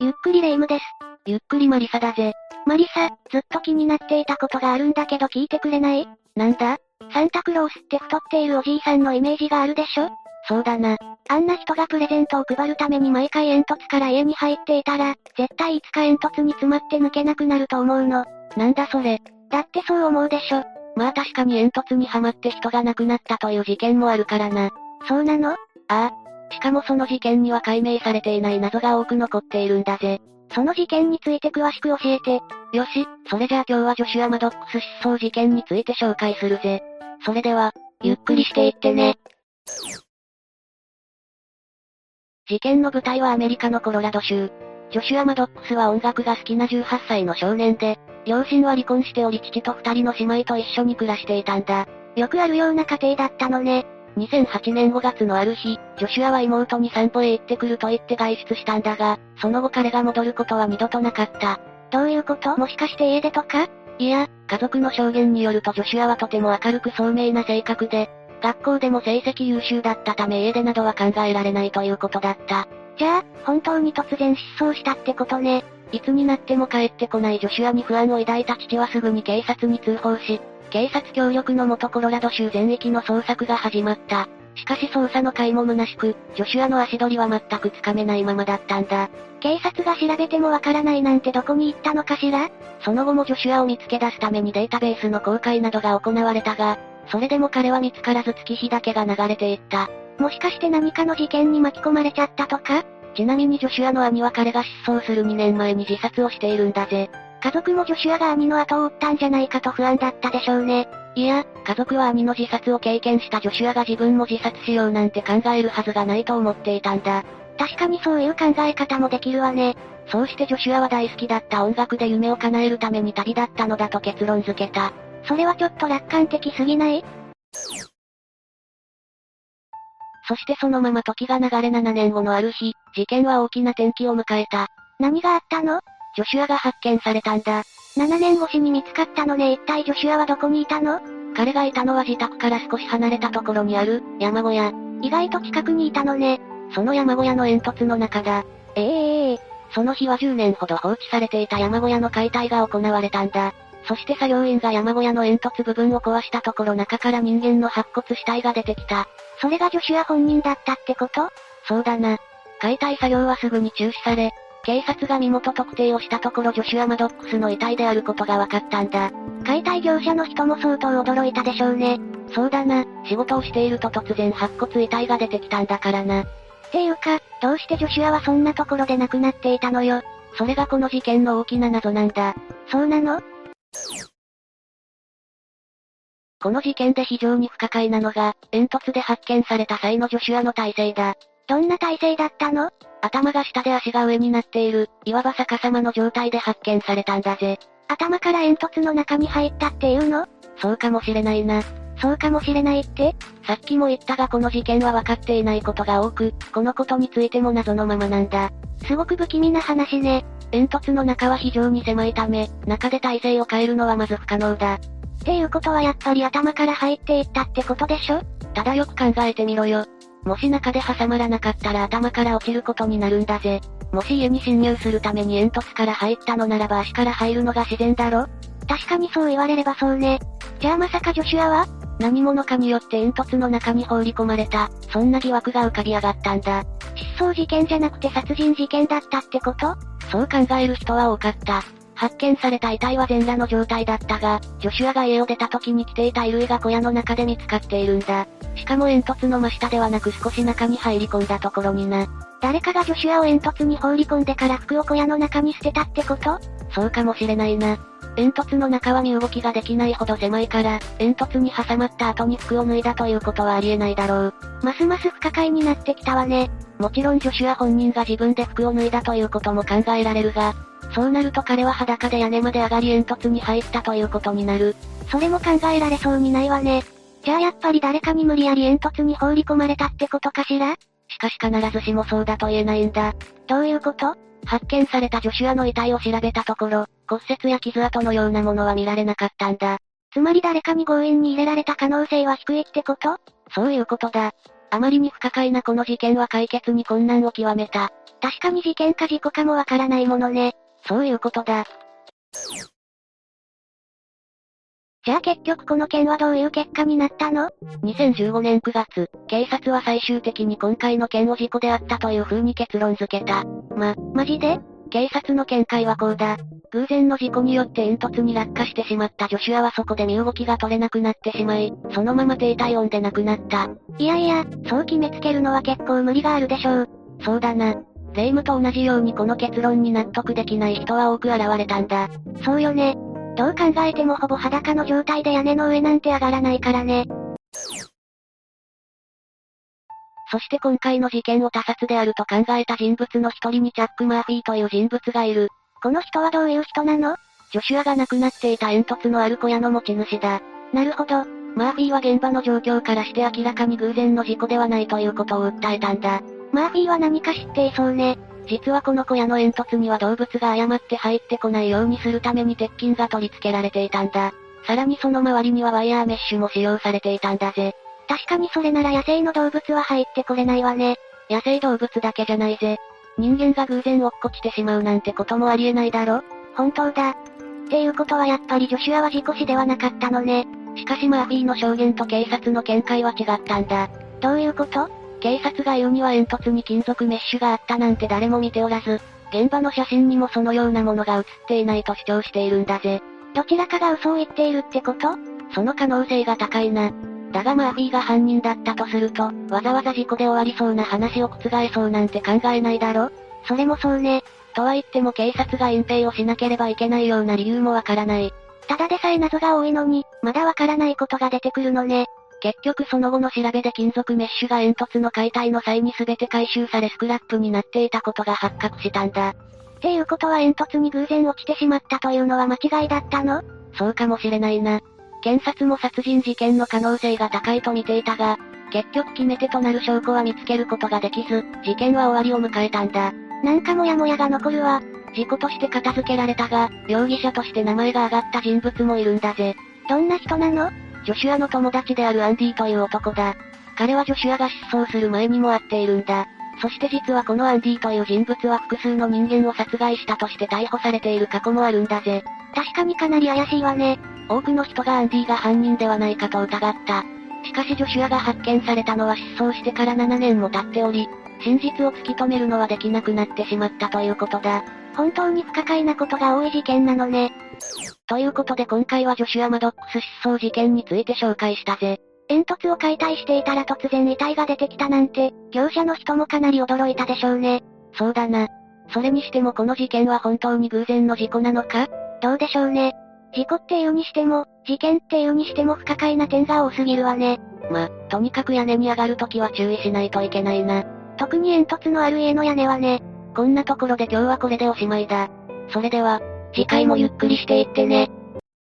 ゆっくりレ夢ムです。ゆっくりマリサだぜ。マリサ、ずっと気になっていたことがあるんだけど聞いてくれないなんだサンタクロースって太っているおじいさんのイメージがあるでしょそうだな。あんな人がプレゼントを配るために毎回煙突から家に入っていたら、絶対いつか煙突に詰まって抜けなくなると思うの。なんだそれ。だってそう思うでしょ。まあ確かに煙突にはまって人が亡くなったという事件もあるからな。そうなのああ。しかもその事件には解明されていない謎が多く残っているんだぜ。その事件について詳しく教えて。よし、それじゃあ今日はジョシュア・マドックス失踪事件について紹介するぜ。それでは、ゆっくりしていってね。事件の舞台はアメリカのコロラド州。ジョシュア・マドックスは音楽が好きな18歳の少年で、両親は離婚しており父と二人の姉妹と一緒に暮らしていたんだ。よくあるような家庭だったのね。 2008年5月のある日、ジョシュアは妹に散歩へ行ってくると言って外出したんだが、その後彼が戻ることは二度となかった。どういうこともしかして家出とかいや、家族の証言によるとジョシュアはとても明るく聡明な性格で、学校でも成績優秀だったため家出などは考えられないということだった。じゃあ、本当に突然失踪したってことね。いつになっても帰ってこないジョシュアに不安を抱いた父はすぐに警察に通報し、警察協力のもとコロラド州全域の捜索が始まった。しかし捜査の甲斐も虚しく、ジョシュアの足取りは全くつかめないままだったんだ。警察が調べてもわからないなんてどこに行ったのかしらその後もジョシュアを見つけ出すためにデータベースの公開などが行われたが、それでも彼は見つからず月日だけが流れていった。もしかして何かの事件に巻き込まれちゃったとかちなみにジョシュアの兄は彼が失踪する2年前に自殺をしているんだぜ。家族もジョシュアが兄の後を追ったんじゃないかと不安だったでしょうね。いや、家族は兄の自殺を経験したジョシュアが自分も自殺しようなんて考えるはずがないと思っていたんだ。確かにそういう考え方もできるわね。そうしてジョシュアは大好きだった音楽で夢を叶えるために旅立ったのだと結論付けた。それはちょっと楽観的すぎないそしてそのまま時が流れ7年後のある日、事件は大きな転機を迎えた。何があったのジョシュアが発見されたんだ。 ?7 年越しに見つかったのね一体ジョシュアはどこにいたの彼がいたのは自宅から少し離れたところにある山小屋。意外と近くにいたのね。その山小屋の煙突の中だ。ええええその日は10年ほど放置されていた山小屋の解体が行われたんだ。そして作業員が山小屋の煙突部分を壊したところ中から人間の白骨死体が出てきた。それがジョシュア本人だったってことそうだな。解体作業はすぐに中止され、警察が身元特定をしたところジョシュア・マドックスの遺体であることが分かったんだ。解体業者の人も相当驚いたでしょうね。そうだな、仕事をしていると突然白骨遺体が出てきたんだからな。っていうか、どうしてジョシュアはそんなところで亡くなっていたのよ。それがこの事件の大きな謎なんだ。そうなのこの事件で非常に不可解なのが、煙突で発見された際のジョシュアの体勢だ。どんな体勢だったの頭が下で足が上になっている、いわば逆さまの状態で発見されたんだぜ。頭から煙突の中に入ったっていうのそうかもしれないな。そうかもしれないってさっきも言ったがこの事件は分かっていないことが多く、このことについても謎のままなんだ。すごく不気味な話ね。煙突の中は非常に狭いため、中で体勢を変えるのはまず不可能だ。っていうことはやっぱり頭から入っていったってことでしょただよく考えてみろよ。もし中で挟まらなかったら頭から落ちることになるんだぜ。もし家に侵入するために煙突から入ったのならば足から入るのが自然だろ確かにそう言われればそうね。じゃあまさかジョシュアは何者かによって煙突の中に放り込まれた、そんな疑惑が浮かび上がったんだ。失踪事件じゃなくて殺人事件だったってことそう考える人は多かった。発見された遺体は全裸の状態だったが、ジョシュアが家を出た時に着ていた衣類が小屋の中で見つかっているんだ。しかも煙突の真下ではなく少し中に入り込んだところにな。誰かがジョシュアを煙突に放り込んでから服を小屋の中に捨てたってことそうかもしれないな。煙突の中は身動きができないほど狭いから、煙突に挟まった後に服を脱いだということはありえないだろう。ますます不可解になってきたわね。もちろんジョシュア本人が自分で服を脱いだということも考えられるが、そうなると彼は裸で屋根まで上がり煙突に入ったということになる。それも考えられそうにないわね。じゃあやっぱり誰かに無理やり煙突に放り込まれたってことかしらしかし必ずしもそうだと言えないんだ。どういうこと発見されたジョシュアの遺体を調べたところ、骨折や傷跡のようなものは見られなかったんだ。つまり誰かに強引に入れられた可能性は低いってことそういうことだ。あまりに不可解なこの事件は解決に困難を極めた。確かに事件か事故かもわからないものね。そういうことだ。じゃあ結局この件はどういう結果になったの2015年9月、警察は最終的に今回の件を事故であったという風に結論付けた。ま、マジで警察の見解はこうだ。偶然の事故によって煙突に落下してしまったジョシュアはそこで身動きが取れなくなってしまい、そのまま低体温で亡くなった。いやいや、そう決めつけるのは結構無理があるでしょう。そうだな。霊夢と同じようにこの結論に納得できない人は多く現れたんだ。そうよね。どう考えてもほぼ裸の状態で屋根の上なんて上がらないからね。そして今回の事件を他殺であると考えた人物の一人にチャック・マーフィーという人物がいる。この人はどういう人なのジョシュアが亡くなっていた煙突のある小屋の持ち主だ。なるほど。マーフィーは現場の状況からして明らかに偶然の事故ではないということを訴えたんだ。マーフィーは何か知っていそうね。実はこの小屋の煙突には動物が誤って入ってこないようにするために鉄筋が取り付けられていたんだ。さらにその周りにはワイヤーメッシュも使用されていたんだぜ。確かにそれなら野生の動物は入ってこれないわね。野生動物だけじゃないぜ。人間が偶然落っこちてしまうなんてこともありえないだろ本当だ。っていうことはやっぱりジョシュアは事故死ではなかったのね。しかしマーフィーの証言と警察の見解は違ったんだ。どういうこと警察が言うには煙突に金属メッシュがあったなんて誰も見ておらず、現場の写真にもそのようなものが写っていないと主張しているんだぜ。どちらかが嘘を言っているってことその可能性が高いな。だがマーフィーが犯人だったとすると、わざわざ事故で終わりそうな話を覆そうなんて考えないだろそれもそうね。とは言っても警察が隠蔽をしなければいけないような理由もわからない。ただでさえ謎が多いのに、まだわからないことが出てくるのね。結局その後の調べで金属メッシュが煙突の解体の際に全て回収されスクラップになっていたことが発覚したんだ。っていうことは煙突に偶然落ちてしまったというのは間違いだったのそうかもしれないな。検察も殺人事件の可能性が高いと見ていたが、結局決め手となる証拠は見つけることができず、事件は終わりを迎えたんだ。なんかモヤモヤが残るわ。事故として片付けられたが、容疑者として名前が挙がった人物もいるんだぜ。どんな人なのジョシュアの友達であるアンディという男だ。彼はジョシュアが失踪する前にも会っているんだ。そして実はこのアンディという人物は複数の人間を殺害したとして逮捕されている過去もあるんだぜ。確かにかなり怪しいわね。多くの人がアンディが犯人ではないかと疑った。しかしジョシュアが発見されたのは失踪してから7年も経っており、真実を突き止めるのはできなくなってしまったということだ。本当に不可解なことが多い事件なのね。ということで今回はジョシュア・マドックス失踪事件について紹介したぜ。煙突を解体していたら突然遺体が出てきたなんて、業者の人もかなり驚いたでしょうね。そうだな。それにしてもこの事件は本当に偶然の事故なのかどうでしょうね。事故っていうにしても、事件っていうにしても不可解な点が多すぎるわね。ま、とにかく屋根に上がるときは注意しないといけないな。特に煙突のある家の屋根はね。こんなところで今日はこれでおしまいだ。それでは、次回もゆっくりしていってね。